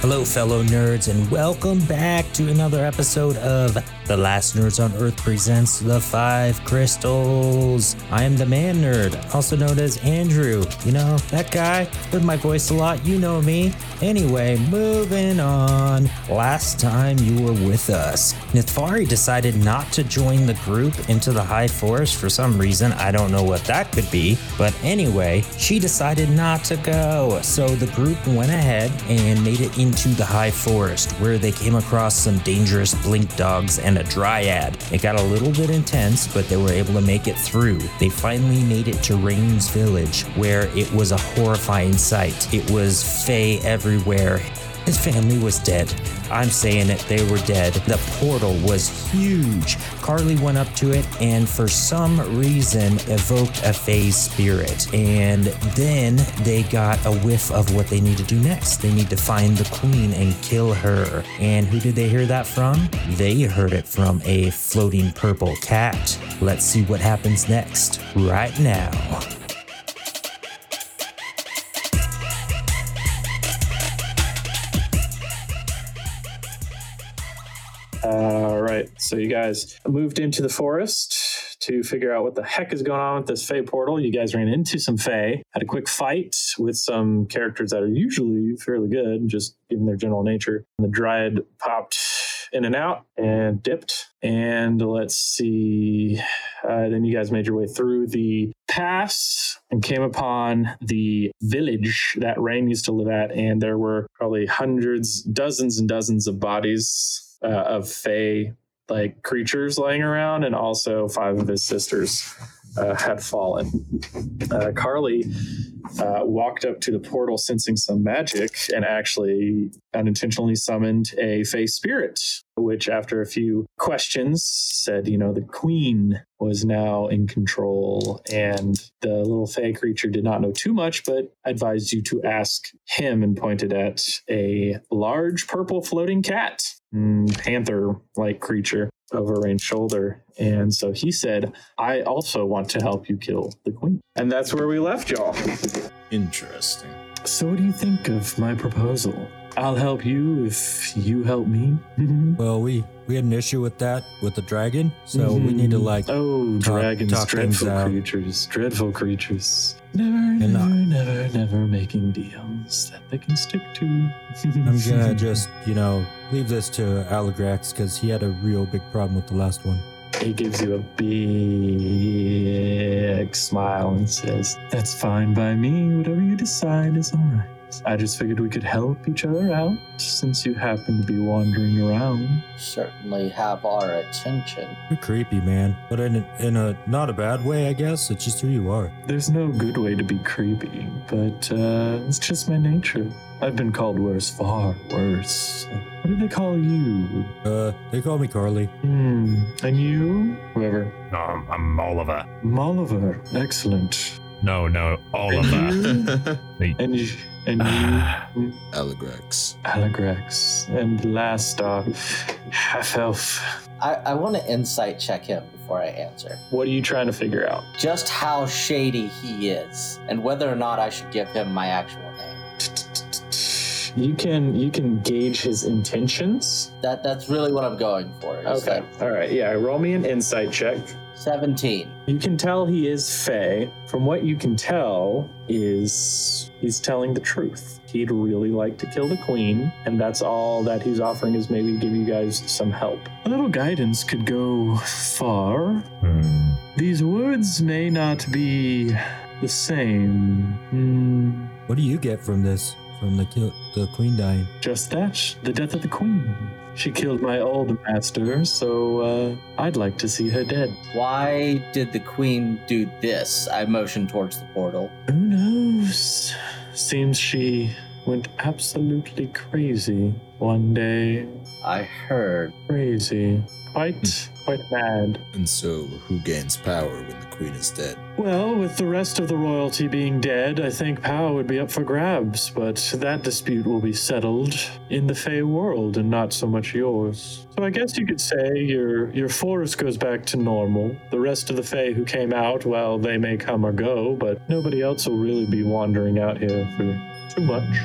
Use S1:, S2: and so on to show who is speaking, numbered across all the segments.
S1: Hello, fellow nerds, and welcome back to another episode of The Last Nerds on Earth presents The Five Crystals. I am the man nerd, also known as Andrew. You know, that guy, heard my voice a lot, you know me. Anyway, moving on. Last time you were with us, Nithfari decided not to join the group into the High Forest for some reason. I don't know what that could be, but anyway, she decided not to go. So the group went ahead and made it into the high forest where they came across some dangerous blink dogs and a dryad. It got a little bit intense, but they were able to make it through. They finally made it to Rain's village where it was a horrifying sight. It was fey everywhere. His family was dead. I'm saying it, they were dead. The portal was huge. Carly went up to it and for some reason evoked a Fae spirit. And then they got a whiff of what they need to do next. They need to find the queen and kill her. And who did they hear that from? They heard it from a floating purple cat. Let's see what happens next, right now.
S2: All right. So you guys moved into the forest to figure out what the heck is going on with this Fey portal. You guys ran into some Fey, had a quick fight with some characters that are usually fairly good, just given their general nature. And the Dryad popped in and out and dipped. And let's see. Uh, then you guys made your way through the pass and came upon the village that Rain used to live at. And there were probably hundreds, dozens, and dozens of bodies uh, of fey like creatures laying around and also five of his sisters uh, had fallen uh, carly uh, walked up to the portal sensing some magic and actually unintentionally summoned a fey spirit which after a few questions said you know the queen was now in control and the little fey creature did not know too much but advised you to ask him and pointed at a large purple floating cat panther like creature over Rain's shoulder. And so he said, I also want to help you kill the queen. And that's where we left y'all.
S3: Interesting.
S2: So, what do you think of my proposal? I'll help you if you help me.
S4: Well, we we had an issue with that with the dragon, so we need to like.
S2: oh,
S4: Talk-
S2: dragons,
S4: talk things
S2: dreadful
S4: out.
S2: creatures, dreadful creatures. Never, never,
S4: I-
S2: never, never making deals that they can stick to.
S4: I'm gonna just you know leave this to Alagrax because he had a real big problem with the last one.
S2: He gives you a big smile and says, That's fine by me. Whatever you decide is all right. I just figured we could help each other out since you happen to be wandering around.
S5: certainly have our attention.
S4: You're creepy, man, but in a, in a not a bad way, I guess. It's just who you are.
S2: There's no good way to be creepy, but uh, it's just my nature. I've been called worse, far worse. What do they call you?
S4: Uh, they call me Carly.
S2: Hmm. And you? Whoever.
S6: No, I'm, I'm Oliver.
S2: Molliver. Excellent.
S6: No, no, Oliver.
S2: And you. And you.
S3: Alagrax.
S2: Alagrax, and last dog, half elf.
S5: I, I want to insight check him before I answer.
S2: What are you trying to figure out?
S5: Just how shady he is, and whether or not I should give him my actual name.
S2: You can you can gauge his intentions.
S5: That that's really what I'm going for. is
S2: Okay.
S5: that
S2: All right. Yeah. Roll me an insight check.
S5: Seventeen.
S2: You can tell he is Fey. From what you can tell, is he's telling the truth. He'd really like to kill the queen, and that's all that he's offering is maybe give you guys some help. A little guidance could go far.
S6: Hmm.
S2: These words may not be the same. Hmm.
S4: What do you get from this? From the kill, the queen dying?
S2: Just that, the death of the queen. She killed my old master, so uh, I'd like to see her dead.
S5: Why did the queen do this? I motion towards the portal.
S2: Who knows? Seems she went absolutely crazy one day.
S5: I heard.
S2: Crazy. Quite, quite mad.
S3: Hmm. And so, who gains power when the queen is dead?
S2: Well, with the rest of the royalty being dead, I think power would be up for grabs, but that dispute will be settled in the Fey world and not so much yours. So I guess you could say your your forest goes back to normal. The rest of the Fey who came out, well, they may come or go, but nobody else will really be wandering out here for too much.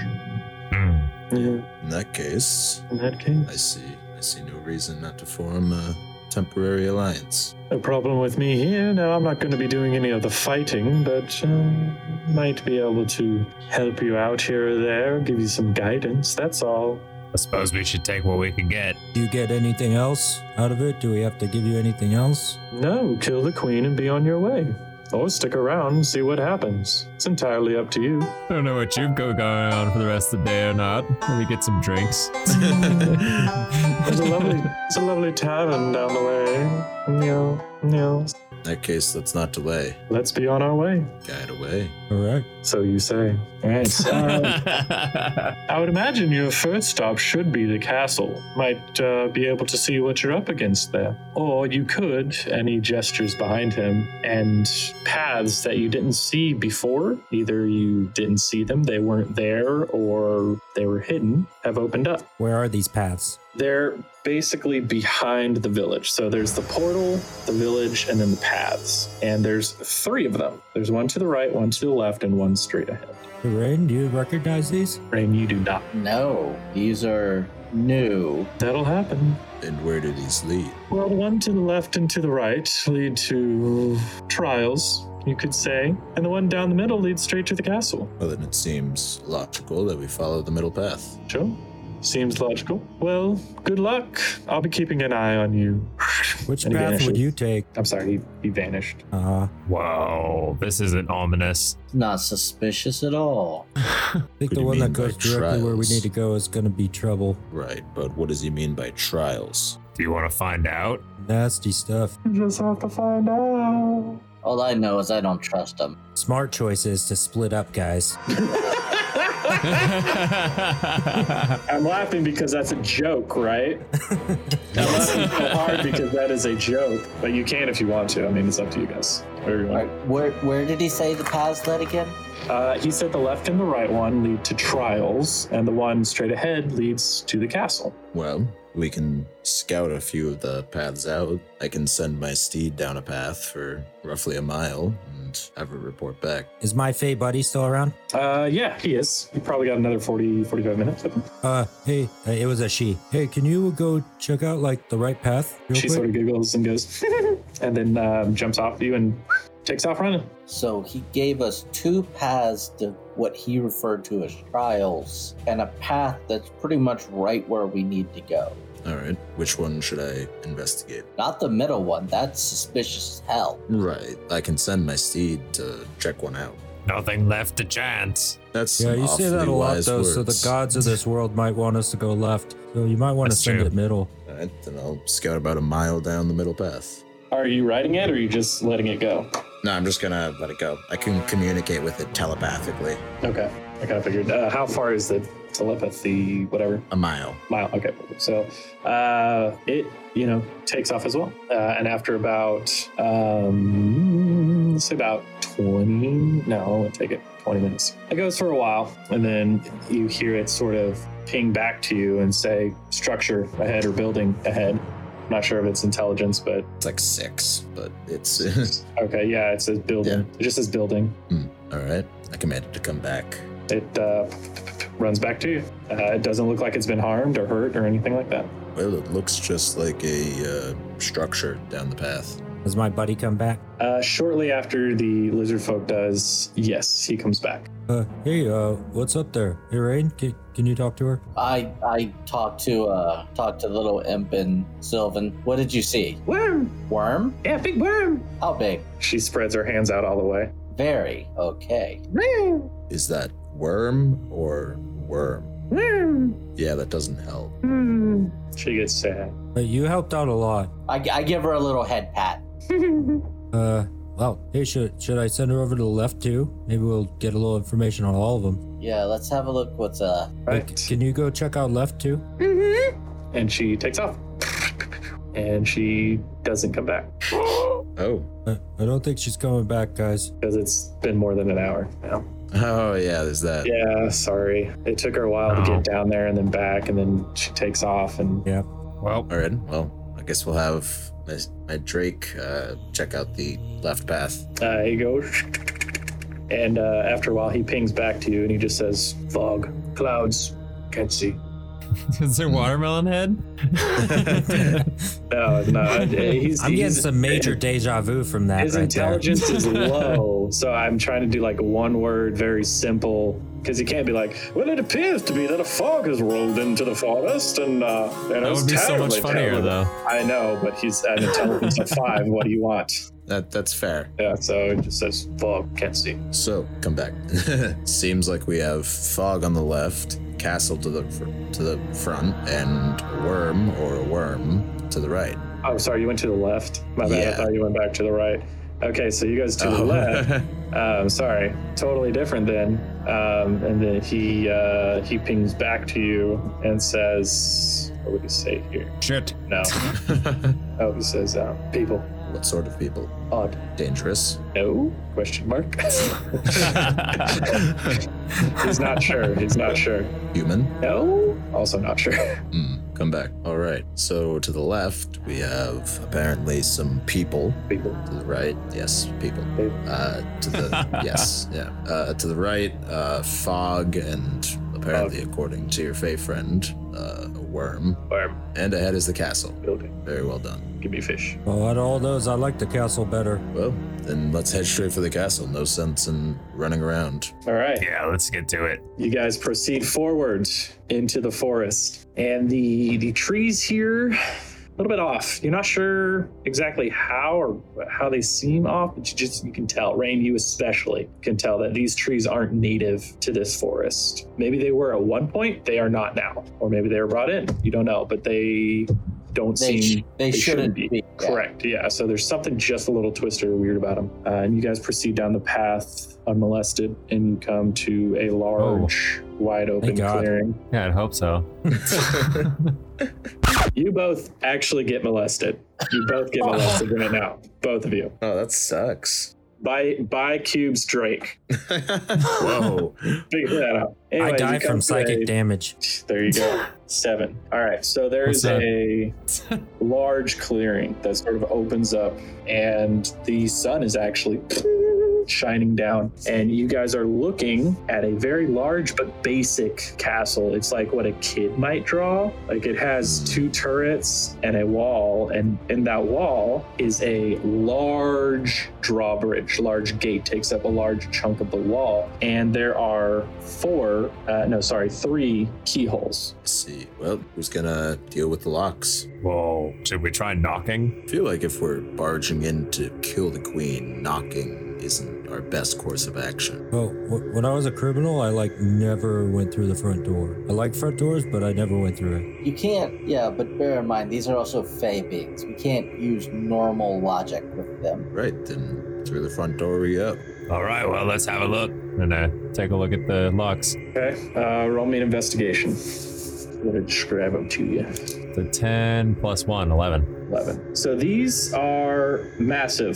S6: Hmm.
S2: Yeah,
S7: In that case,
S2: in that case.
S7: I see. I see no reason not to form a temporary alliance.
S2: No problem with me here. Now, I'm not going to be doing any of the fighting, but um, might be able to help you out here or there, give you some guidance. That's all.
S6: I suppose we should take what we can get.
S1: Do you get anything else out of it? Do we have to give you anything else?
S2: No, kill the queen and be on your way. Or stick around and see what happens. It's entirely up to you.
S8: I don't know what you've got going on for the rest of the day or not. Let me get some drinks.
S2: It's a lovely, it's a lovely tavern down the way. No, no.
S7: In that case, let's not delay.
S2: Let's be on our way.
S7: Guide away.
S1: All right.
S2: So you say. All right. so- I would imagine your first stop should be the castle. Might uh, be able to see what you're up against there. Or you could, and he gestures behind him, and paths that you didn't see before, either you didn't see them, they weren't there, or they were hidden, have opened up.
S1: Where are these paths?
S2: They're basically behind the village. So there's the portal, the village, and then the paths. And there's three of them there's one to the right, one to the left, and one straight ahead.
S1: Rain, do you recognize these?
S2: Rain, you do not.
S5: No, these are new.
S2: That'll happen.
S7: And where do these lead?
S2: Well, the one to the left and to the right lead to trials, you could say, and the one down the middle leads straight to the castle.
S7: Well, then it seems logical that we follow the middle path.
S2: Sure. Seems logical. Well, good luck. I'll be keeping an eye on you.
S1: Which
S2: And he
S1: path would
S2: vanishes.
S1: you take?
S2: I'm sorry, he, he vanished.
S4: Uh-huh.
S1: Uh,
S6: Whoa, this isn't ominous.
S5: Not suspicious at all.
S1: I think
S7: What do
S1: the
S7: you
S1: one that
S7: mean by
S1: goes directly where we
S7: trials?
S1: need to go is going to be trouble.
S7: Right, but what does he mean by trials?
S6: Do you want to find out?
S1: Nasty stuff.
S2: You just have to find out.
S5: All I know is I don't trust them.
S1: Smart choices to split up, guys.
S2: I'm laughing because that's a joke, right? I'm laughing so hard because that is a joke. But you can if you want to. I mean, it's up to you guys. Whatever you
S5: All
S2: want.
S5: right, where where did he say the paths led again?
S2: Uh, he said the left and the right one lead to trials, and the one straight ahead leads to the castle.
S7: Well, we can scout a few of the paths out. I can send my steed down a path for roughly a mile and have it report back.
S1: Is my Fey buddy still around?
S2: Uh, yeah, he is. He probably got another 40, 45 minutes. with him.
S1: Uh, hey, uh, it was a she. Hey, can you go check out like the right path real
S2: She
S1: quick?
S2: sort of giggles and goes, and then um, jumps off you and takes off running.
S5: So he gave us two paths to what he referred to as trials, and a path that's pretty much right where we need to go.
S7: All right, which one should I investigate?
S5: Not the middle one. That's suspicious as hell.
S7: Right, I can send my steed to check one out.
S6: Nothing left to chance.
S7: That's
S1: yeah,
S7: some
S1: you say that
S7: awfully
S1: a lot
S7: wise
S1: though. So the
S7: words.
S1: gods of this world might want us to go left. So you might want to
S6: That's
S1: send
S6: true.
S1: it middle.
S7: All right, then I'll scout about a mile down the middle path.
S2: Are you riding it or are you just letting it go?
S7: No, I'm just gonna let it go. I can communicate with it telepathically.
S2: Okay, I kind of figured. Uh, how far is the telepathy, whatever?
S7: A mile.
S2: mile. Okay, so uh, it you know takes off as well, uh, and after about um, let's say about twenty. No, it would take it twenty minutes. It goes for a while, and then you hear it sort of ping back to you and say structure ahead or building ahead. Not sure if it's intelligence, but
S7: It's like six, but it's
S2: okay, yeah, it says building. It just says building.
S7: all right. I command it to come back.
S2: It uh, runs back to you. Uh, it doesn't look like it's been harmed or hurt or anything like that.
S7: Well, it looks just like a uh, structure down the path.
S1: Does my buddy come back?
S2: Uh, shortly after the lizard folk does, yes, he comes back.
S1: Uh, hey, uh, what's up there? Hey, Rain, can, can you talk to her?
S5: I I talked to uh talked to little imp and Sylvan. What did you see?
S2: Worm!
S5: Worm?
S2: Yeah, big worm!
S5: How big?
S2: She spreads her hands out all the way.
S5: Very okay.
S2: Worm!
S7: Is that worm or worm?
S2: Worm!
S7: Yeah, that doesn't help.
S2: Hmm. She gets sad.
S1: Uh, you helped out a lot.
S5: I, I give her a little head pat.
S1: Uh, well, hey, should should I send her over to the left too? Maybe we'll get a little information on all of them.
S5: Yeah, let's have a look. What's uh?
S2: Right.
S1: can you go check out left too?
S2: And she takes off. And she doesn't come back
S7: Oh.
S1: Uh, I don't think she's coming back, guys.
S2: because it's been more than an hour now.
S7: Oh yeah, there's that.
S2: Yeah, sorry. It took her a while to
S6: No.
S9: Oh.
S2: get down there and then back, and then she takes off. And
S6: Well,
S7: All right. Well, I guess we'll have my, my Drake uh, check out the left path.
S2: uh, he goes. And uh, after a while, he pings back to you and he just says, Fog, clouds, Can't see.
S8: Is there watermelon head?
S2: No, no. He's,
S9: I'm getting
S2: he's-
S9: some major deja vu from that.
S2: His
S9: right
S2: intelligence is low, so I'm trying to do like one word, very simple, because he can't be like, "Well, it appears to be that a fog has rolled into the forest, and uh, and
S8: that
S2: it's
S8: would be so much
S2: terribly,
S8: funnier,
S2: terrible."
S8: though.
S2: I know, but he's an intelligence of five. What do you want?
S7: That that's fair.
S2: Yeah, so it just says fog, can't see.
S7: So come back. Seems like we have fog on the left, castle to the fr- to the front, and a worm or a worm to the right.
S2: Oh, sorry, you went to the left. My bad. I
S7: Yeah.
S2: thought you went back to the right. Okay, so you guys to
S8: Oh.
S2: the left.
S7: Oh.
S2: Um, sorry, totally different then. Um, and then he uh, he pings back to you and says, "What would he say here?"
S6: Shit.
S2: No. Oh, he says, uh, "People,
S7: what sort of people?
S2: odd."
S7: Dangerous.
S2: No? Question mark. He's not sure. He's not sure.
S7: Human.
S2: No. Also not sure.
S7: Hmm, come back. All right. So to the left, we have apparently some people.
S2: People.
S7: To the right, yes, people.
S2: People.
S7: Uh, to the yes, yeah. Uh, to the right, uh, fog, and apparently, according to your Fey friend, uh, a worm.
S2: Worm.
S7: And ahead is the castle.
S2: Building.
S7: Very well done.
S2: Give me fish.
S1: Well, Oh, out of all those, I like the castle better.
S7: Well, then let's head straight for the castle. No sense in running around.
S2: All right.
S6: Yeah, let's get to it.
S2: You guys proceed forward into the forest, and the the trees here a little bit off. You're not sure exactly how or how they seem off, but you just you can tell. Rain, you especially can tell that these trees aren't native to this forest. Maybe they were at one point, they are not now, or maybe they were brought in. You don't know, but they don't
S5: They,
S2: seem
S5: sh- they,
S2: they shouldn't
S5: shouldn't be.
S2: be.
S5: Yeah.
S2: Correct. Yeah. So there's something just a little twisted or weird about them. Uh, and you guys proceed down the path unmolested, and you come to a large, wide open
S1: Oh. Thank God.
S2: clearing.
S8: Yeah, I'd hope so.
S2: You both actually get molested. You both
S1: Oh.
S2: get molested right now, both of you,
S7: Oh, that sucks.
S2: by by Cubes Drake.
S7: Whoa.
S2: Figure that out.
S1: I
S2: Anyways, you
S1: die from
S2: come to a-
S1: psychic damage.
S2: There you go. Seven. All right. So there
S8: What's
S2: is a large clearing that sort of opens up, and the sun is actually shining down. And you guys are looking at a very large but basic castle. It's like what a kid might draw. Like it has two turrets and a wall, and in that wall is a large drawbridge, large gate takes up a large chunk of the wall, and there are four, uh, no, sorry, three keyholes.
S7: Let's see. Well, who's gonna deal with the locks?
S6: Whoa. Should we try knocking?
S7: I feel like if we're barging in to kill the queen, knocking isn't our best course of action.
S1: Well, wh- when I was a criminal, I like never went through the front door. I like front doors, but I never went through it.
S5: You can't, yeah, but bear in mind, these are also fey beings. We can't use normal logic with them.
S7: Right, then through the front door we go.
S6: All right, well, let's have a look.
S8: And uh, take a look at the locks.
S2: Okay. Uh, roll me an investigation. I'm going to describe them to you.
S8: The 10 plus 1, 11.
S2: 11. So these are massive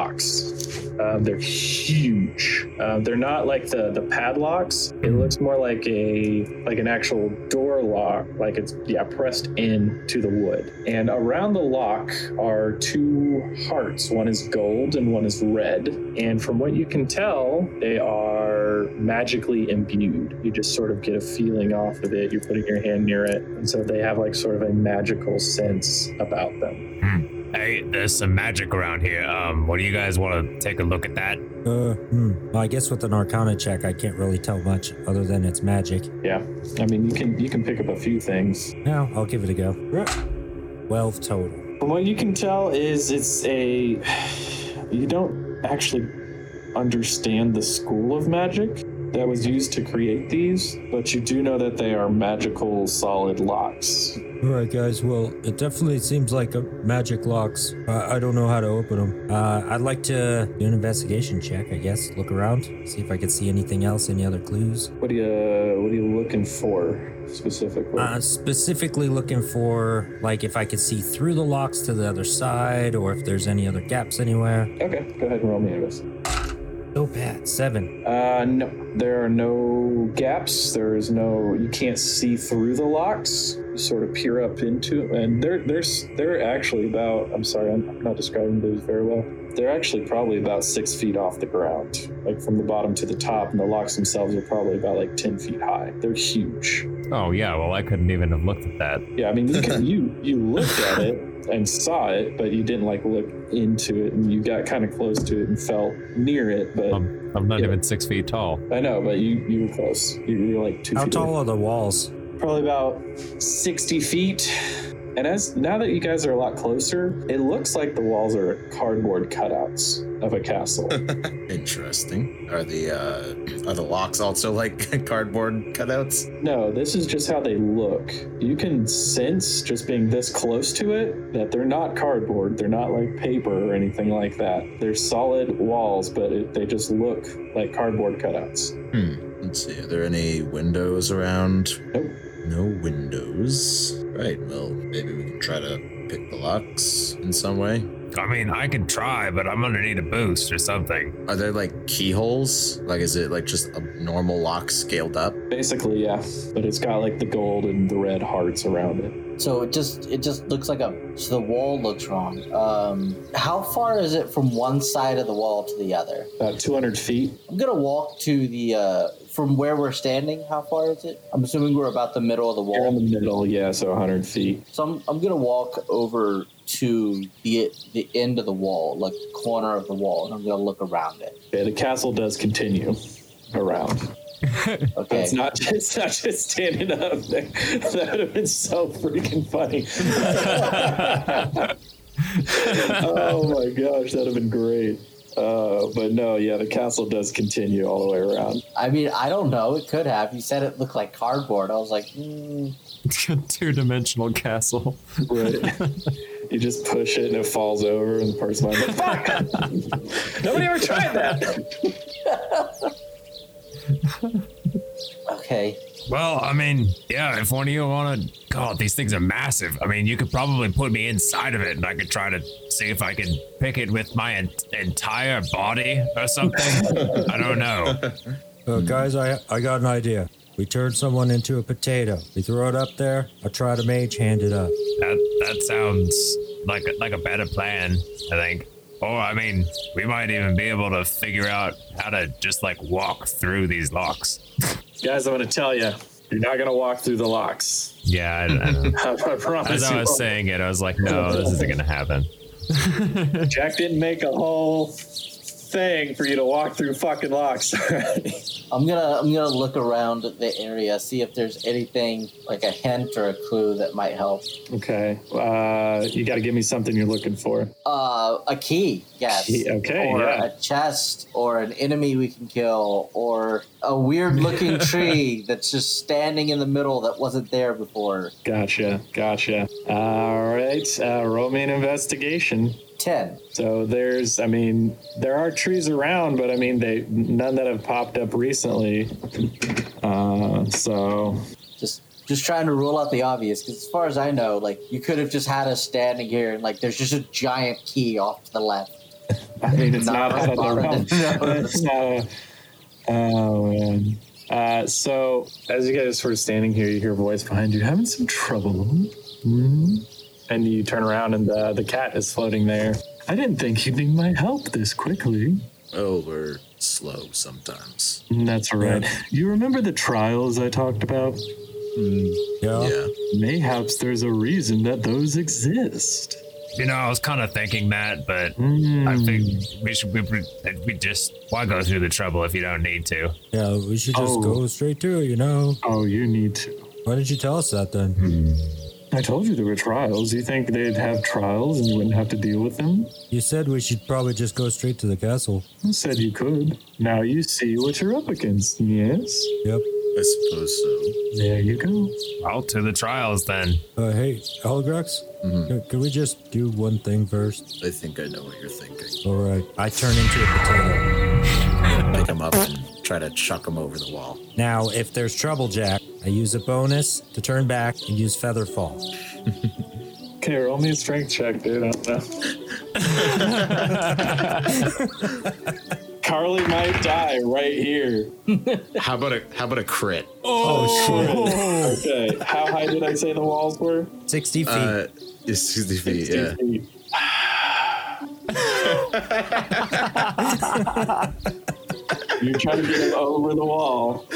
S2: locks. Um, they're huge. Um, they're not like the, the padlocks. It looks more like a like an actual door lock, like it's yeah pressed in to the wood. And around the lock are two hearts. One is gold and one is red. And from what you can tell, they are magically imbued. You just sort of get a feeling off of it. You're putting your hand near it, and so they have like sort of a magical sense about them.
S6: Hey, there's some magic around here. Um, what do you guys want to take a look at that?
S1: Uh, hmm. Well, I guess with an Arcana check, I can't really tell much other than it's magic.
S2: I mean, you can you can pick up a few things.
S1: Now I'll give it a go. Twelve total.
S2: From what you can tell is it's a you don't actually understand the school of magic that was used to create these, but you do know that they are magical solid locks.
S1: All right, guys. Well, it definitely seems like a magic locks. Uh, I I don't know how to open them. Uh, I'd like to do an investigation check. I guess look around, see if I can see anything else, any other clues.
S2: What are you what are you looking for specifically?
S1: Uh, specifically looking for like if I could see through the locks to the other side, or if there's any other gaps anywhere.
S2: okay, go ahead and roll me a miss.
S1: So bad. Seven.
S2: Uh, no, there are no gaps. There is no. You can't see through the locks. You sort of peer up into, and they're there's they're actually about. I'm sorry, I'm not describing those very well. They're actually probably about six feet off the ground, like from the bottom to the top, and the locks themselves are probably about like 10 feet high. They're huge.
S8: Oh yeah, well I couldn't even have looked at that.
S2: Yeah, I mean, you, can, you, you looked at it and saw it, but you didn't like look into it, and you got kind of close to it and felt near it, but
S1: Um,
S8: I'm, I'm not
S2: Yeah.
S8: even six feet tall.
S2: I know, but you, you were close. You, you were like two
S1: How
S2: feet
S1: tall are the walls?
S2: probably about 60 feet. And as now that you guys are a lot closer, it looks like the walls are cardboard cutouts of a castle.
S7: Interesting. Are the uh, are the locks also like cardboard cutouts?
S2: no, this is just how they look. You can sense just being this close to it that they're not cardboard. They're not like paper or anything like that. They're solid walls, but it, they just look like cardboard cutouts.
S7: Hmm. Let's see. Are there any windows around?
S2: Nope.
S7: No windows. Right. Well, maybe we can try to pick the locks in some way.
S6: I mean, I can try, but I'm gonna need a boost or something.
S7: Are there like keyholes? Like, is it like just a normal lock scaled up?
S2: Basically, yeah, but it's got like the gold and the red hearts around it.
S5: So it just it just looks like a so the wall looks wrong. Um, how far is it from one side of the wall to the other?
S2: About 200 feet.
S5: I'm gonna walk to the uh, from where we're standing. How far is it? I'm assuming we're about the middle of the
S2: You're in
S5: wall.
S2: the middle, yeah, so 100 feet.
S5: So I'm, I'm gonna walk over to the the end of the wall, like the corner of the wall, and I'm gonna look around it.
S2: Okay, the castle does continue around.
S5: Okay.
S2: It's not it's not just standing up. There. That would have been so freaking funny. oh my gosh, that'd have been great. Uh, but no, yeah, the castle does continue all the way around.
S5: I mean, I don't know. It could have. You said it looked like cardboard. I was like, mm,
S8: Two dimensional castle.
S2: Right. you just push it and it falls over, and the person might be like, "Fuck! Nobody ever tried that."
S5: okay.
S6: Well, I mean, yeah, if one of you wanna. God, these things are massive. I mean, you could probably put me inside of it and I could try to see if I can pick it with my en- entire body or something. I don't know.
S1: Uh, guys, I I got an idea. We turn someone into a potato. We throw it up there. I try to mage hand it up.
S6: That that sounds like a, like a better plan, I think. Or I mean, we might even be able to figure out how to just like walk through these locks.
S2: Guys, I'm gonna tell you, you're not gonna walk through the locks.
S6: Yeah, I, I don't know.
S2: I promise
S8: As I
S2: you.
S8: was saying it, I was like, no, this isn't gonna happen.
S2: Jack didn't make a whole thing for you to walk through fucking locks.
S5: I'm gonna I'm gonna look around the area, see if there's anything like a hint or a clue that might help.
S2: okay. Uh, you got to give me something you're looking for.
S5: Uh, a key, yes.
S2: Key, okay,
S5: Or
S2: yeah.
S5: a chest, or an enemy we can kill, or a weird-looking tree that's just standing in the middle that wasn't there before.
S2: Gotcha. Gotcha. All right. Uh, roll me an investigation.
S5: Ten.
S2: So there's, I mean, there are trees around, but I mean, they none that have popped up recently. Uh, so
S5: Just just trying to rule out the obvious, because as far as I know, like you could have just had us standing here, and like there's just a giant key off to the left.
S2: I mean, it's
S5: Not
S2: not, out of the
S5: bother
S2: realm.
S5: to know.
S2: It's not a- oh man. Uh, so as you guys are sort of standing here, you hear a voice behind you, having some trouble. Hmm?" And you turn around, and the the cat is floating there. I didn't think you'd need my help this quickly.
S7: Oh, we're slow sometimes.
S2: Mm, That's all right. You remember the trials I talked about?
S1: Yeah.
S7: Yeah.
S2: Mayhaps there's a reason that those exist.
S6: You know, I was kind of thinking that, but
S2: Hmm.
S6: I think we should we, we- we just why go through the trouble if you don't need to.
S1: Yeah, we should just
S2: Oh.
S1: go straight to it, you know?
S2: Oh, you need to.
S1: Why didn't you tell us that then?
S2: I told you there were trials. You think they'd have trials and you wouldn't have to deal with them?
S1: You said we should probably just go straight to the castle.
S2: You said you could. Now you see what you're up against. Yes.
S1: Yep.
S7: I suppose so.
S2: There you go.
S6: Well, to the trials then.
S1: Uh, hey, Holgrax, c- can we just do one thing first?
S7: I think I know what you're thinking.
S1: All right. I turn into a potato.
S7: Pick him up and try to chuck him over the wall.
S1: Now, if there's trouble, Jack, I use a bonus to turn back and use feather fall.
S2: Okay, roll me a strength check, dude. I don't know. Carly might die right here.
S7: How about a how about a crit?
S2: Okay, how high did I say the walls were?
S1: 60 feet.
S7: Uh, it's 60 feet, Uh, yeah.
S2: Sixty feet. You're trying to get him over the wall.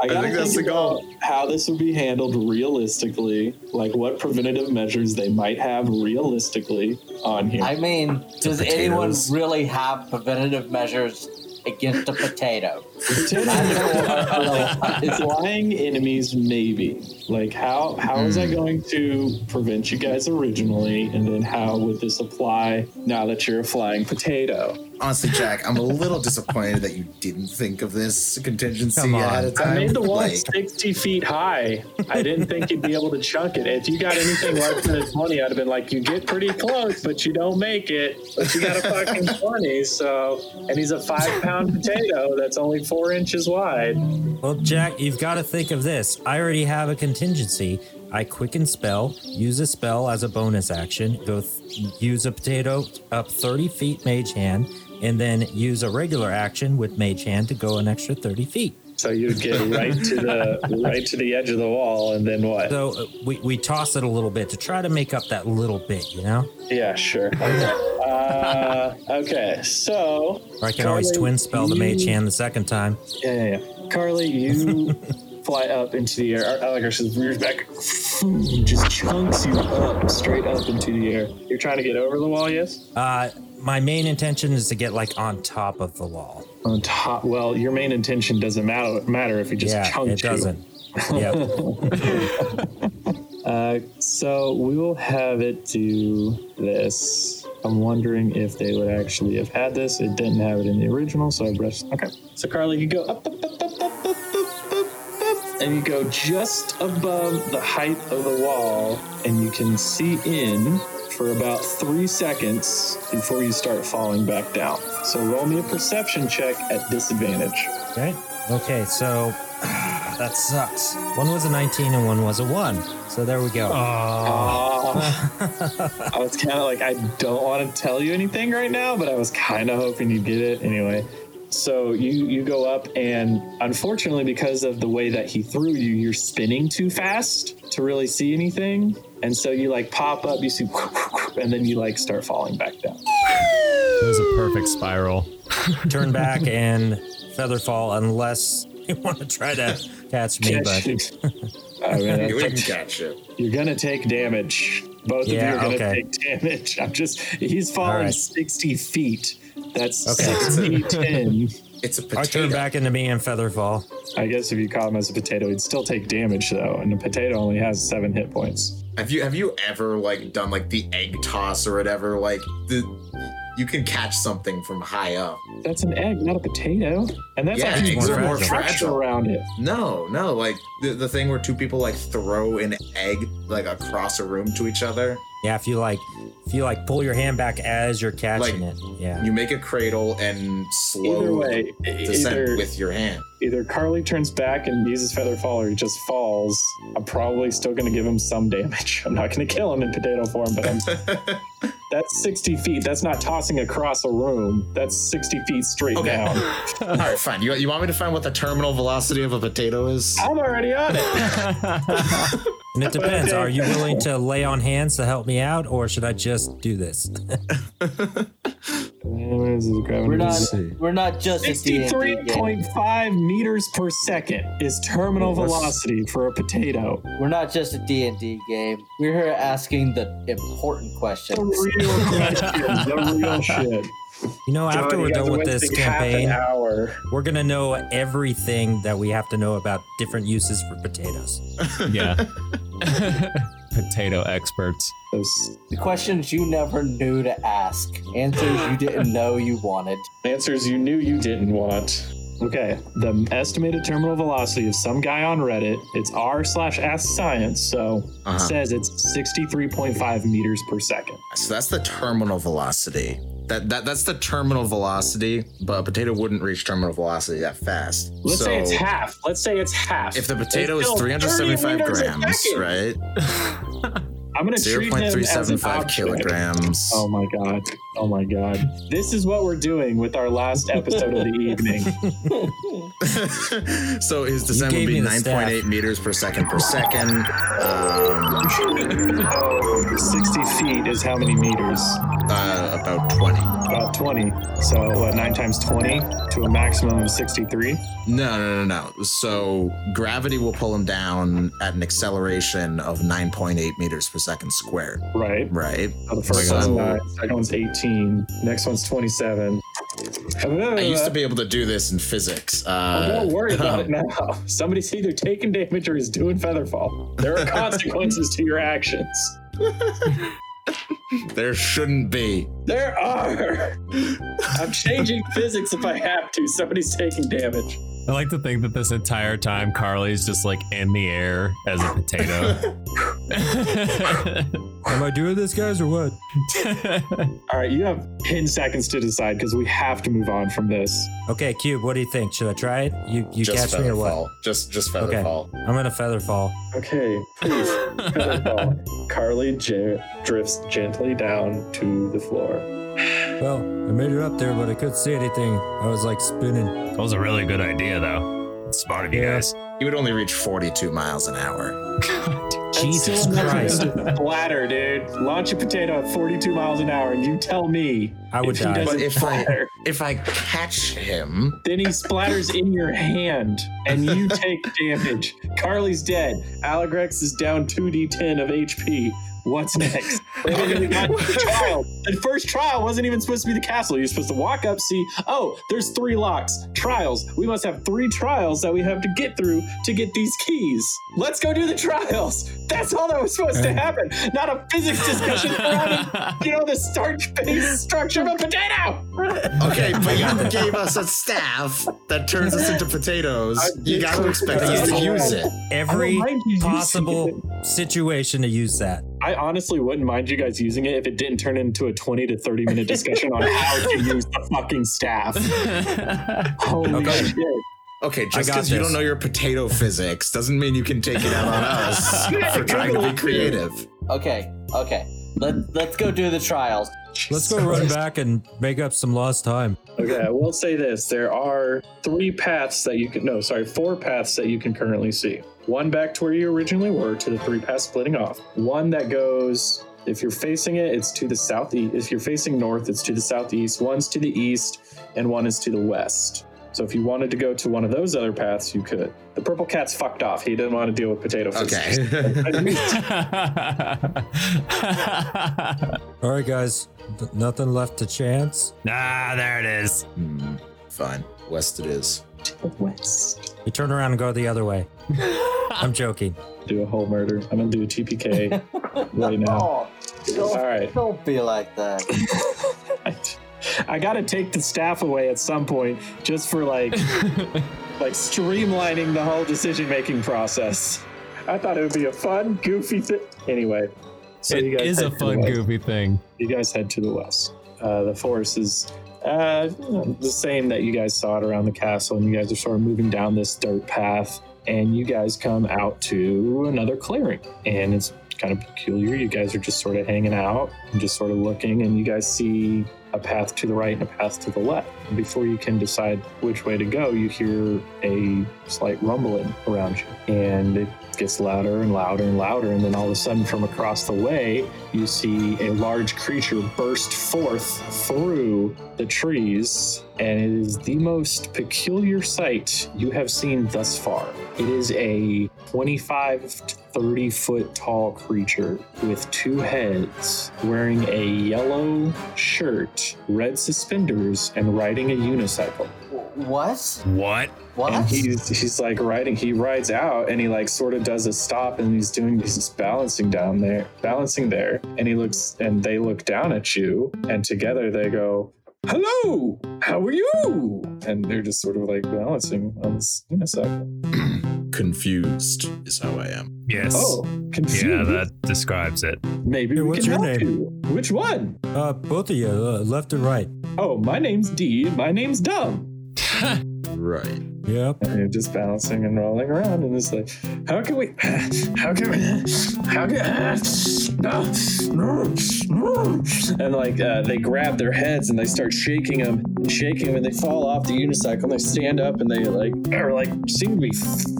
S2: I, gotta
S7: think that's the
S2: about
S7: goal.
S2: How this would be handled realistically, like what preventative measures they might have realistically on here.
S5: I mean, does anyone
S7: potatoes.
S5: really have preventative measures against a potato?
S2: it's lying enemies, maybe. Like how how is that going to prevent you guys originally, and then how would this apply now that you're a flying potato?
S7: Honestly, Jack, I'm a little disappointed that you didn't think of this contingency
S9: Come on.
S7: ahead of time.
S2: I made the wall
S7: Like,
S2: 60 feet high. I didn't think you'd be able to chunk it. If you got anything worse than a 20, I'd have been like, you get pretty close, but you don't make it. But you got a fucking 20, so. And he's a five pound potato that's only four inches wide.
S1: Well, Jack, you've got to think of this. I already have a contingency. I quicken spell, use a spell as a bonus action, go th- use a potato up 30 feet mage hand, and then use a regular action with mage hand to go an extra 30 feet.
S2: So you get right to the right to the edge of the wall, and then what?
S1: So uh, we, we toss it a little bit to try to make up that little bit, you know?
S2: Yeah, sure. Uh, okay, so
S1: Or I can always
S2: Charlie,
S1: twin spell the
S2: you-
S1: mage hand the second time.
S2: Yeah, yeah, yeah. Carly, you fly up into the air. Allegris just rears back, and just chunks you up, straight up into the air. You're trying to get over the wall, yes?
S1: Uh, my main intention is to get like on top of the wall.
S2: On top. Well, your main intention doesn't matter, matter if you just
S1: yeah,
S2: chunk
S1: it
S2: you.
S1: doesn't. yep.
S2: Uh, so we will have it do this. I'm wondering if they would actually have had this. It didn't have it in the original, so I brushed. Okay. So Carly, you go up, up, up, up, up, up, up, up, up, and you go just above the height of the wall, and you can see in for about three seconds before you start falling back down. So roll me a perception check at disadvantage.
S1: Okay. Okay, so that sucks. One was a 19 and one was a 1. So there we go.
S2: Oh. I was kind of like, I don't want to tell you anything right now, but I was kind of hoping you'd get it anyway. So you you go up, and unfortunately, because of the way that he threw you, you're spinning too fast to really see anything, and so you like pop up, you see, and then you like start falling back down.
S8: It was a perfect spiral.
S1: Turn back and feather fall unless you want to try to catch me, but
S2: I mean, that's-
S7: we can catch it.
S2: You're gonna take damage. Both
S1: Yeah,
S2: of you are gonna
S1: okay.
S2: take damage. I'm just he's falling
S1: All right.
S2: sixty feet. That's
S1: Okay.
S2: 60 10.
S7: It's a potato.
S1: I turn back into me and feather fall.
S2: I guess if you caught him as a potato, he'd still take damage though, and the potato only has seven hit points.
S7: Have you have you ever like done like the egg toss or whatever? Like the you can catch something from high up.
S2: That's an egg, not a potato. And that's
S7: Yeah,
S2: actually
S7: eggs
S1: are more
S7: fragile.
S2: around it.
S7: No, no, like the, the thing where two people like throw an egg like across a room to each other.
S1: Yeah, if you like if you like pull your hand back as you're catching
S7: Like-
S1: it. Yeah.
S7: You make a cradle and slow
S2: Either way,
S7: descent
S2: either
S7: with your hand.
S2: either Carly turns back and uses feather fall, or he just falls. I'm probably still gonna give him some damage. I'm not gonna kill him in potato form, but I'm that's sixty feet. That's not tossing across a room. That's sixty feet straight
S7: Okay.
S2: down.
S7: All right, fine. You, you want me to find what the terminal velocity of a potato is?
S2: I'm already on it.
S1: And it depends.
S2: Okay.
S1: Are you willing to lay on hands to help me out or should I just do this?
S5: We're not. We're not just a D&D game.
S2: 63.5 meters per second is terminal velocity for a potato.
S5: We're not just a D&D game. We're here asking the important
S2: The
S5: questions.
S2: real question, the real shit.
S1: You know, after
S2: Johnny,
S1: we're
S2: you guys
S1: done
S2: are
S1: with this
S2: wasting half an
S1: campaign,
S2: hour.
S1: we're going to know everything that we have to know about different uses for potatoes.
S8: Yeah. Potato experts.
S2: Those
S5: The questions you never knew to ask. Answers you didn't know you wanted.
S2: answers you knew you didn't want. Okay, the estimated terminal velocity of some guy on Reddit, it's r slash ask science, so
S7: Uh-huh.
S2: it says it's 63.5 meters per second.
S7: So that's the terminal velocity. That, that that's the terminal velocity, but a potato wouldn't reach terminal velocity that fast.
S2: Let's
S7: so
S2: say it's half. Let's say it's half.
S7: if the potato
S2: It's
S7: is
S2: still
S7: 375
S2: 30 meters a
S7: grams,
S2: second.
S7: right?
S2: I'm gonna treat him as an
S7: 0.375
S2: object.
S7: kilograms.
S2: Oh my god. Oh my god. This is what we're doing with our last episode of the evening.
S7: so his descent
S1: gave
S7: would
S1: me
S7: be
S1: the staff.
S7: 9.8 meters per second per second. Um,
S2: Oh, 60 feet is how many meters?
S7: uh, a about 20.
S2: About 20. So, what, 9 times 20 to a maximum of 63?
S7: No, no, no, no. So gravity will pull him down at an acceleration of 9.8 meters per second squared,
S2: Right.
S7: right?
S2: Now the first
S7: So-
S2: one's 9, second one's 18, next one's 27.
S7: I used to be able to do this in physics. Uh,
S2: don't worry about it
S7: um,
S2: now. Somebody's either taking damage or is doing featherfall. There are consequences to your actions.
S7: There shouldn't be.
S2: There are. I'm changing physics if I have to. Somebody's taking damage.
S8: I like to think that this entire time Carly's just like in the air as a potato.
S1: Am I doing this, guys, or what?
S2: All right, you have 10 seconds to decide because we have to move on from this.
S1: Okay, Cube, what do you think? Should I try it? You you
S7: just
S1: catch me or what?
S7: featherfall. Just just
S1: Okay.
S7: featherfall.
S1: I'm gonna feather fall.
S2: Okay, please. featherfall. Carly j- drifts gently down to the floor.
S1: Well, I made it up there, but I couldn't see anything. I was like spinning.
S6: That was a really good idea, though. Smart of you
S1: Yeah.
S6: guys.
S7: You would only reach 42 miles an hour.
S1: Jesus Christ.
S2: Bladder, dude. Launch a potato at 42 miles an hour and you tell me.
S1: I would
S2: if he
S1: die.
S2: doesn't
S7: But if I
S2: splatter.
S7: if I catch him,
S2: Then he splatters in your hand, and you take damage. Carly's dead. Alegrex is down 2d10 of HP. What's next? They haven't even gotten to the trial. The first trial wasn't even supposed to be the castle. You're supposed to walk up, see, oh, there's three locks. Trials. We must have three trials that we have to get through to get these keys. Let's go do the trials. That's all that was supposed to happen. Not a physics discussion surrounding, you know, the starch-based structure of a potato.
S7: okay, but you gave us a staff that turns us into potatoes.
S2: I
S7: You
S2: did
S7: got to expect us to use it.
S1: Every
S2: mind you using
S1: possible situation to use that.
S2: I honestly wouldn't mind you guys using it if it didn't turn into a 20 to 30 minute discussion on how to use the fucking staff. Holy
S1: Okay.
S2: shit.
S7: Okay, just
S1: got
S7: because you
S1: this.
S7: don't know your potato physics doesn't mean you can take it out on us for trying to be creative.
S5: Okay, okay. Let, let's go do the trials.
S1: Let's go run back and make up some lost time.
S2: Okay, I will say this. There are three paths that you can, no, sorry, four paths that you can currently see. One back to where you originally were, to the three paths splitting off. One that goes, if you're facing it, it's to the southeast. If you're facing north, it's to the southeast. One's to the east, and one is to the west. So if you wanted to go to one of those other paths, you could. The purple cat's fucked off. He didn't want to deal with potato physics.
S7: Okay.
S1: All right, guys. Th- nothing left to chance.
S6: Ah, there it is.
S7: Hmm, Fine. West it is.
S2: West.
S1: You turn around and go the other way. I'm joking.
S2: Do a whole murder. I'm gonna do a TPK. Right now.
S5: Oh, No,
S2: All
S5: don't,
S2: right.
S5: don't be like that.
S2: I, I gotta take the staff away at some point, just for like, like streamlining the whole decision making process. I thought it would be a fun, goofy thing. Anyway, so you
S8: it
S2: guys
S8: is a
S2: head to the
S8: fun,
S2: west.
S8: goofy thing.
S2: You guys head to the west. Uh, the forest is uh, you know, the same that you guys saw it around the castle, and you guys are sort of moving down this dirt path, and you guys come out to another clearing, and it's kind of peculiar. You guys are just sort of hanging out and just sort of looking, and you guys see a path to the right and a path to the left. And before you can decide which way to go, you hear a slight rumbling around you, and it gets louder and louder and louder, and then all of a sudden, from across the way, you see a large creature burst forth through the trees, and it is the most peculiar sight you have seen thus far. It is a 25 to 30 foot tall creature with two heads, wearing a yellow shirt, red suspenders, and riding a unicycle.
S5: what?
S6: What?
S2: And
S5: What?
S2: he's he's like riding. He rides out, and he like sort of does a stop, and he's doing he's balancing down there, balancing there. And he looks, and they look down at you, and together they go, "Hello, how are you?" And they're just sort of like balancing on this unicycle.
S7: Confused is how I am.
S6: Yes.
S2: Oh, confused.
S6: yeah, that describes it.
S2: Maybe
S1: Hey,
S2: we
S1: what's
S2: can
S1: your
S2: help
S1: name?
S2: you. Which one?
S1: Uh, both of you, uh, left and right.
S2: Oh, my name's Dee. My name's Dumb.
S7: Right.
S1: Yep.
S2: And you're just bouncing and rolling around, and it's like, how can we, how can we, how can, no, no, no. and like uh, they grab their heads and they start shaking them, and shaking them, and they fall off the unicycle, and they stand up, and they like are like seem to be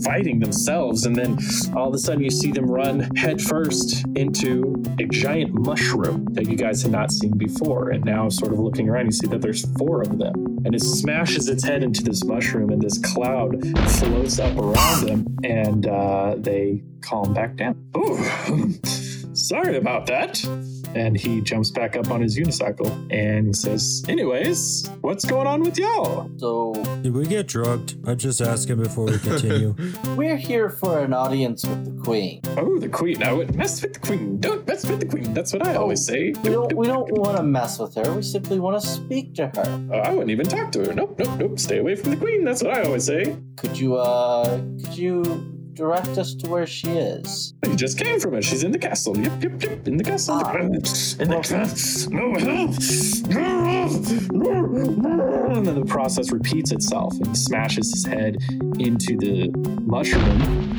S2: fighting themselves, and then all of a sudden you see them run head first into a giant mushroom that you guys had not seen before, and now sort of looking around, you see that there's four of them and it smashes its head into this mushroom, and this cloud floats up around them, and uh, they calm back down. Ooh, sorry about that. And he jumps back up on his unicycle and he says, Anyways, what's going on with y'all?
S5: So
S1: Did we get drugged? I'm just asking before we continue.
S5: we're here for an audience with the queen.
S2: Oh, the queen. I would mess with the queen. Don't mess with the queen. That's what I always say.
S5: Oh, We don't we don't want to mess with her. We simply want to speak to her.
S2: Uh, I wouldn't even talk to her. Nope, nope, nope. Stay away from the queen. That's what I always say.
S5: Could you uh could you direct us to where she is?
S2: You just came from it. She's in the castle. Yep, yep, yep. In the castle.
S5: Ah.
S2: in the castle. No help. No help. And then the process repeats itself and he smashes his head into the mushroom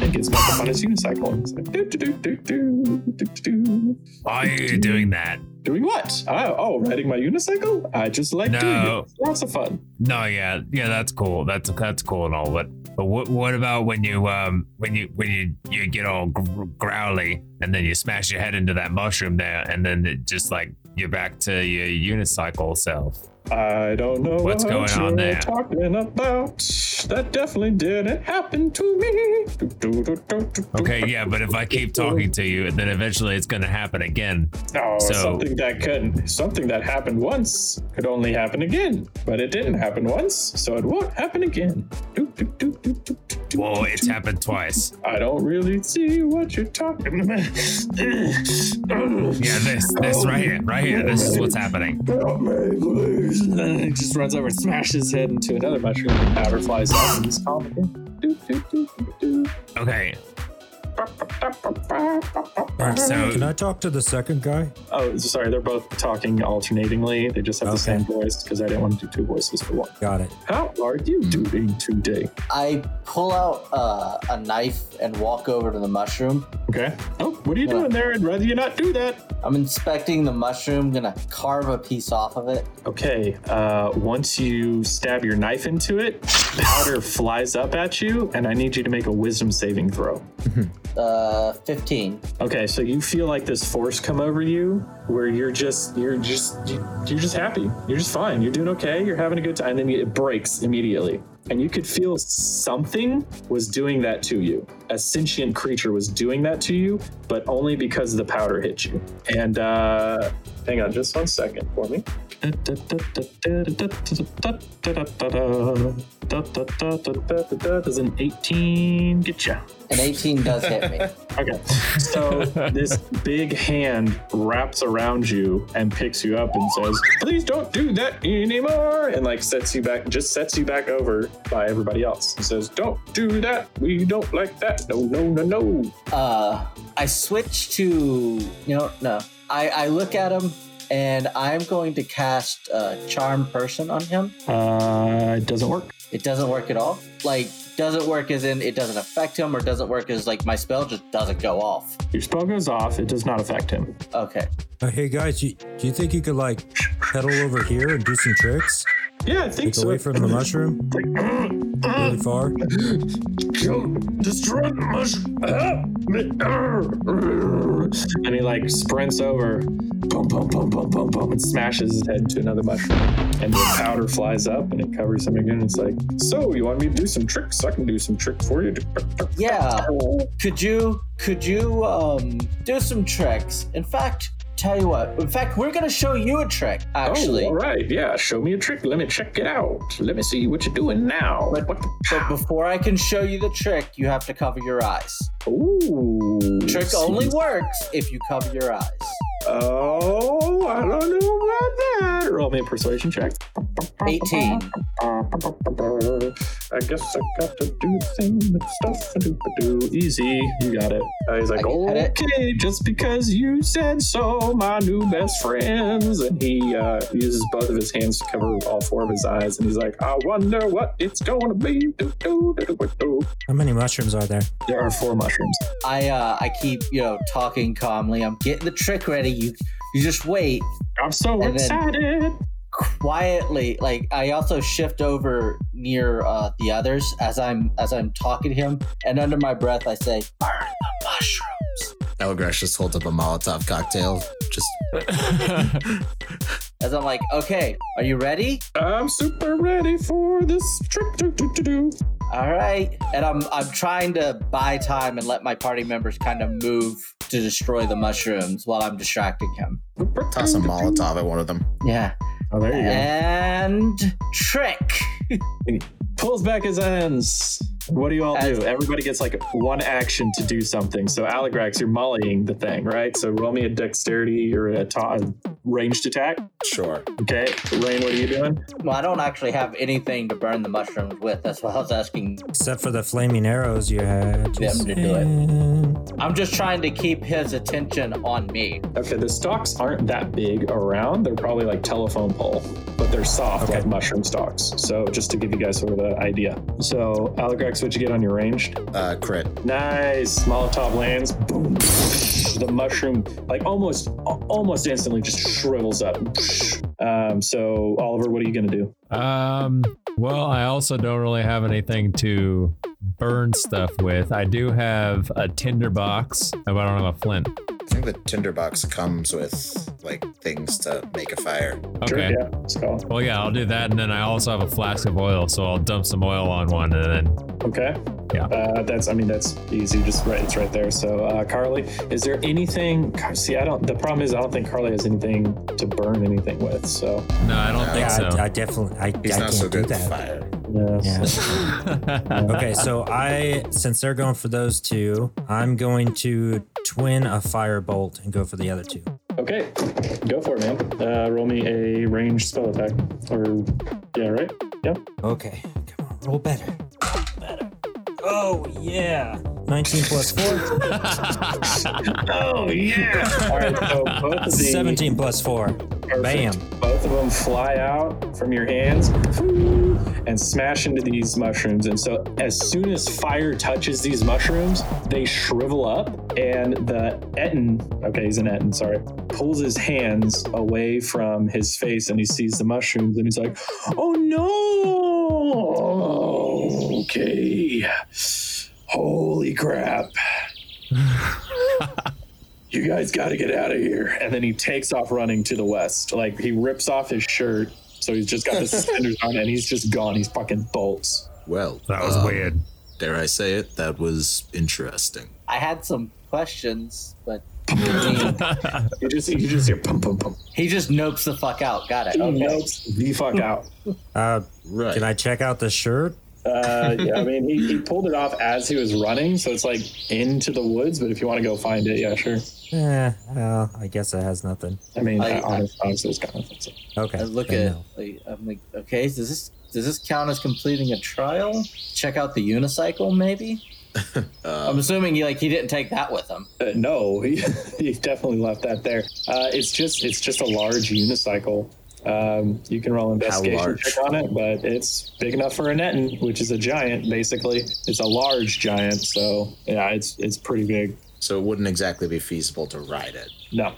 S2: and gets back up on his unicycle. And it's like, do, do, do, do, do, do, do, do.
S6: Why are you doing that?
S2: Doing what? Oh, oh, riding my unicycle? I just like doing
S6: No.
S2: it. Lots of fun.
S6: No, yeah, yeah, that's cool. That's that's cool and all, but but what what about when you um when you when you you get all gr- growly and then you smash your head into that mushroom there and then it just like you're back to your unicycle self.
S2: I don't know
S6: What's
S2: what
S6: going
S2: you're
S6: on there?
S2: talking about. That definitely didn't happen to me. Do, do, do, do, do, do.
S6: Okay, yeah, but if I keep talking to you, then eventually it's gonna happen again.
S2: Oh,
S6: So-
S2: something that couldn't, something that happened once could only happen again, but it didn't happen once, so it won't happen again. Doo, doo, doo, doo, doo, doo, doo.
S6: Whoa, it's happened twice.
S2: I don't really see what you're talking about.
S6: Yeah, this this right here, right here. This is what's happening.
S2: Help me, please. And then it just runs over and smashes his head into another mushroom. and Powder flies off and he's calm again. Doo, doo, doo, doo, doo.
S6: Okay, So-
S1: Can I talk to the second guy?
S2: Oh, sorry, they're both talking alternatingly. They just have the
S1: Okay.
S2: same voice because I didn't want to do two voices for one.
S1: Got it.
S2: How are you doing today?
S5: I pull out uh, a knife and walk over to the mushroom.
S2: Okay. Oh, what are you
S5: Yeah.
S2: doing there? I'd rather you not do that.
S5: I'm inspecting the mushroom, gonna carve a piece off of it.
S2: Okay. Uh, once you stab your knife into it, powder flies up at you, and I need you to make a wisdom saving throw.
S5: Uh, 15.
S2: Okay, so you feel like this force come over you, where you're just you're just you- you're just happy. You're just fine. You're doing okay. You're having a good time. And then it breaks immediately, and you could feel something was doing that to you. A sentient creature was doing that to you, but only because the powder hit you. And uh, hang on, just one second for me. Does an 18 get you?
S5: An 18 does hit me.
S2: Okay. So this big hand wraps around you and picks you up and says, "Please don't do that anymore," and like sets you back, just sets you back over by everybody else and says, "Don't do that. We don't like that. No, no, no, no."
S5: Uh, I switch to. No, no. I, I look at him and I'm going to cast uh, Charm Person on him.
S2: Uh, it doesn't work.
S5: It doesn't work at all. Like, doesn't work as in it doesn't affect him, or doesn't work as like my spell just doesn't go off.
S2: Your spell goes off. It does not affect him.
S5: Okay.
S1: Uh, hey guys, you, do you think you could like pedal over here and do some tricks?
S2: Yeah, I think
S1: Get
S2: so.
S1: away from the mushroom really far.
S2: Don't destroy the mushroom. Help me. And he like sprints over, boom, boom, boom, boom, boom, boom, and smashes his head into another mushroom. And the powder flies up and it covers him again. It's like, so you want me to do some tricks? I can do some tricks for you.
S5: Yeah. Could you could you um do some tricks? In fact, tell you what. In fact, we're gonna show you a trick, actually.
S2: Oh, all right. Yeah, show me a trick. Let me check it out. Let me see what you're doing now.
S5: But-
S2: What the-
S5: But before I can show you the trick, you have to cover your eyes.
S2: Ooh.
S5: Trick only works if you cover your eyes.
S2: Oh, I don't know about that. Roll me a persuation check.
S5: 18.
S2: Uh, I guess I got to do things with stuff and do do easy. You got it. Uh, he's like,
S5: I get it.
S2: okay, just because you said so, my new best friends. And he uh, uses both of his hands to cover all four of his eyes, and he's like, I wonder what it's going to be. Do, do, do, do, do.
S1: How many mushrooms are there?
S2: There are four mushrooms.
S5: I uh, I keep you know talking calmly. I'm getting the trick ready. You you just wait
S2: I'm so
S5: And then-
S2: excited.
S5: quietly. Like I also shift over near uh, the others as I'm as I'm talking to him, and under my breath I say, "Burn the mushrooms."
S7: Elgresh just holds up a Molotov cocktail. Just
S5: As I'm like, okay, are you ready?
S2: I'm super ready for this trip. Do, do, do, do.
S5: All right. And I'm I'm trying to buy time and let my party members kind of move to destroy the mushrooms while I'm distracting him.
S7: toss a Molotov at one of them.
S5: Yeah.
S2: Oh, there you go.
S5: And trick.
S2: pulls back his ends. What do you all do?
S5: As-
S2: Everybody gets like one action to do something. So Allegrax, you're mollying the thing, right? So roll me a dexterity or a, ta- a ranged attack.
S7: Sure.
S2: Okay, Rain, what are you doing?
S5: Well, I don't actually have anything to burn the mushrooms with. That's why I was asking
S1: Except for the flaming arrows you had.
S5: them to do it. I'm just trying to keep his attention on me.
S2: Okay, the stalks aren't that big around. They're probably like telephone pole, but they're soft like mushroom stalks. So just to give you guys sort of an idea. So Allegrax, what'd you get on your ranged?
S7: Uh, crit.
S2: Nice. Molotov lands. Boom. The mushroom, like almost, al- almost instantly, just shrivels up. Um, so Oliver, what are you gonna do?
S8: Um. Well, I also don't really have anything to burn stuff with. I do have a tinderbox, but I don't have a flint.
S7: I think the tinderbox comes with like things to make a fire.
S8: Okay.
S2: yeah, let's go.
S8: Well, yeah, I'll do that, and then I also have a flask of oil, so I'll dump some oil on one, and then
S2: Okay.
S8: Yeah.
S2: Uh, that's. I mean, that's easy. Just right. It's right there. So uh, Carly, is there anything? God, See, I don't. The problem is, I don't think Carly has anything to burn anything with. So.
S8: no, I don't
S7: No.
S8: think
S1: Yeah,
S8: so.
S1: I, I definitely. I, I
S7: He's
S1: can't
S7: not so
S1: do
S7: good
S1: that.
S7: with fire.
S2: Yes.
S1: Yeah. okay, so I, since they're going for those two, I'm going to twin a firebolt and go for the other two.
S2: Okay. Go for it, man. Uh, roll me a ranged spell attack. Or yeah, right. Yep.
S1: Okay, come on, roll better. Better. Oh, yeah. 19 plus 4,
S2: Oh yeah. All right. So both of the
S1: 17 plus 4. Bam.
S2: Both of them fly out from your hands and smash into these mushrooms. And so, as soon as fire touches these mushrooms, they shrivel up. And the Etin, okay, he's an Etin, sorry, pulls his hands away from his face and he sees the mushrooms and he's like, oh no. Okay. Holy crap. you guys got to get out of here. And then he takes off running to the west. Like he rips off his shirt. So he's just got the suspenders on and he's just gone. He's fucking bolts.
S7: Well,
S6: That
S1: Uh,
S6: was
S7: um,
S6: weird.
S7: Dare I say it? That was interesting.
S5: I had some questions, but I mean,
S2: You just you just hear pum pum pum.
S5: he just nopes the fuck out. Got it. Okay.
S2: Nope. The fuck out.
S1: Uh,
S7: Right.
S1: can I check out the shirt?
S2: Uh, yeah, I mean he, he pulled it off as he was running, so it's like into the woods. But if you want to go find it, yeah, sure.
S1: Eh, well, I guess it has nothing.
S2: I mean,
S5: I-
S2: I, honestly, honestly, it's kind of offensive.
S1: Okay.
S5: I look
S1: then
S5: at
S1: no.
S5: like, I'm like, okay, does this does this count as completing a trial? Check out the unicycle, maybe.
S7: Uh,
S5: I'm assuming he like he didn't take that with him.
S2: Uh, no, he, he definitely left that there. Uh, it's just it's just a large unicycle. Um, you can roll investigation
S7: large?
S2: check on it, but it's big enough for a Netton, which is a giant basically. It's a large giant, so yeah, it's it's pretty big.
S7: so it wouldn't exactly be feasible to ride it.
S2: No,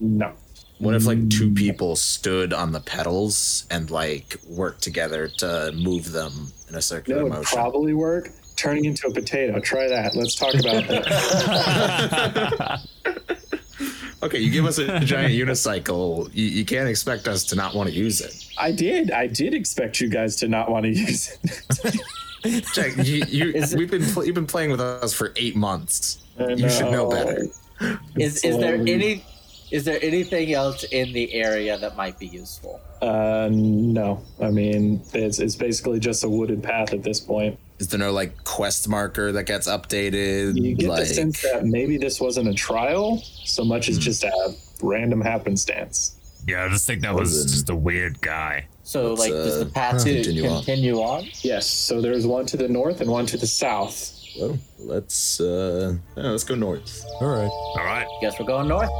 S2: no.
S7: What if like
S2: Mm.
S7: two people stood on the pedals and like worked together to move them in a
S2: That
S7: circular
S2: would
S7: motion?
S2: probably work. Turning into a potato. Try that. Let's talk about that.
S7: okay, you give us a giant unicycle. You, you can't expect us to not want to use it.
S2: I did. I did expect you guys to not want to use it.
S7: Jack, you, you, we've been pl- you've been playing with us for eight months.
S2: I
S7: You should know better.
S5: Is is there
S2: uh, Slowly.
S5: any is there anything else in the area that might be useful?
S2: Uh, no, I mean it's it's basically just a wooded path at this point.
S7: Is there no like quest marker that gets updated?
S2: You get
S7: like,
S2: the sense that maybe this wasn't a trial so much as just a random happenstance.
S6: Yeah, I just think that was just a weird guy.
S5: So,
S7: Let's,
S5: like, does
S7: uh,
S5: the path to
S7: continue
S5: continue,
S7: on.
S5: on?
S2: Yes, so there's one to the north and one to the south.
S7: Well, let's uh, yeah, let's go north.
S1: All right.
S6: All right.
S5: Guess we're going north.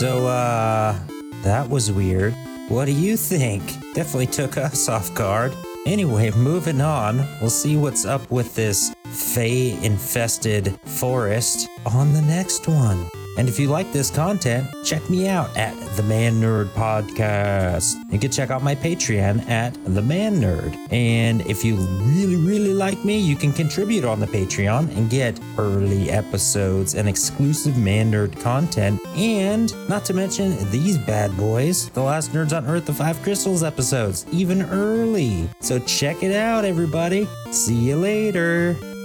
S1: So, uh, that was weird. What do you think? Definitely took us off guard. Anyway, moving on, we'll see what's up with this fey infested forest on the next one. And if you like this content, check me out at The Man Nerd Podcast. You can check out my Patreon at The Man Nerd. And if you really, really like me, you can contribute on the Patreon and get early episodes and exclusive Man Nerd content. And not to mention these bad boys, The Last Nerds on Earth, The Five Crystals episodes, even early. So check it out, everybody. See you later.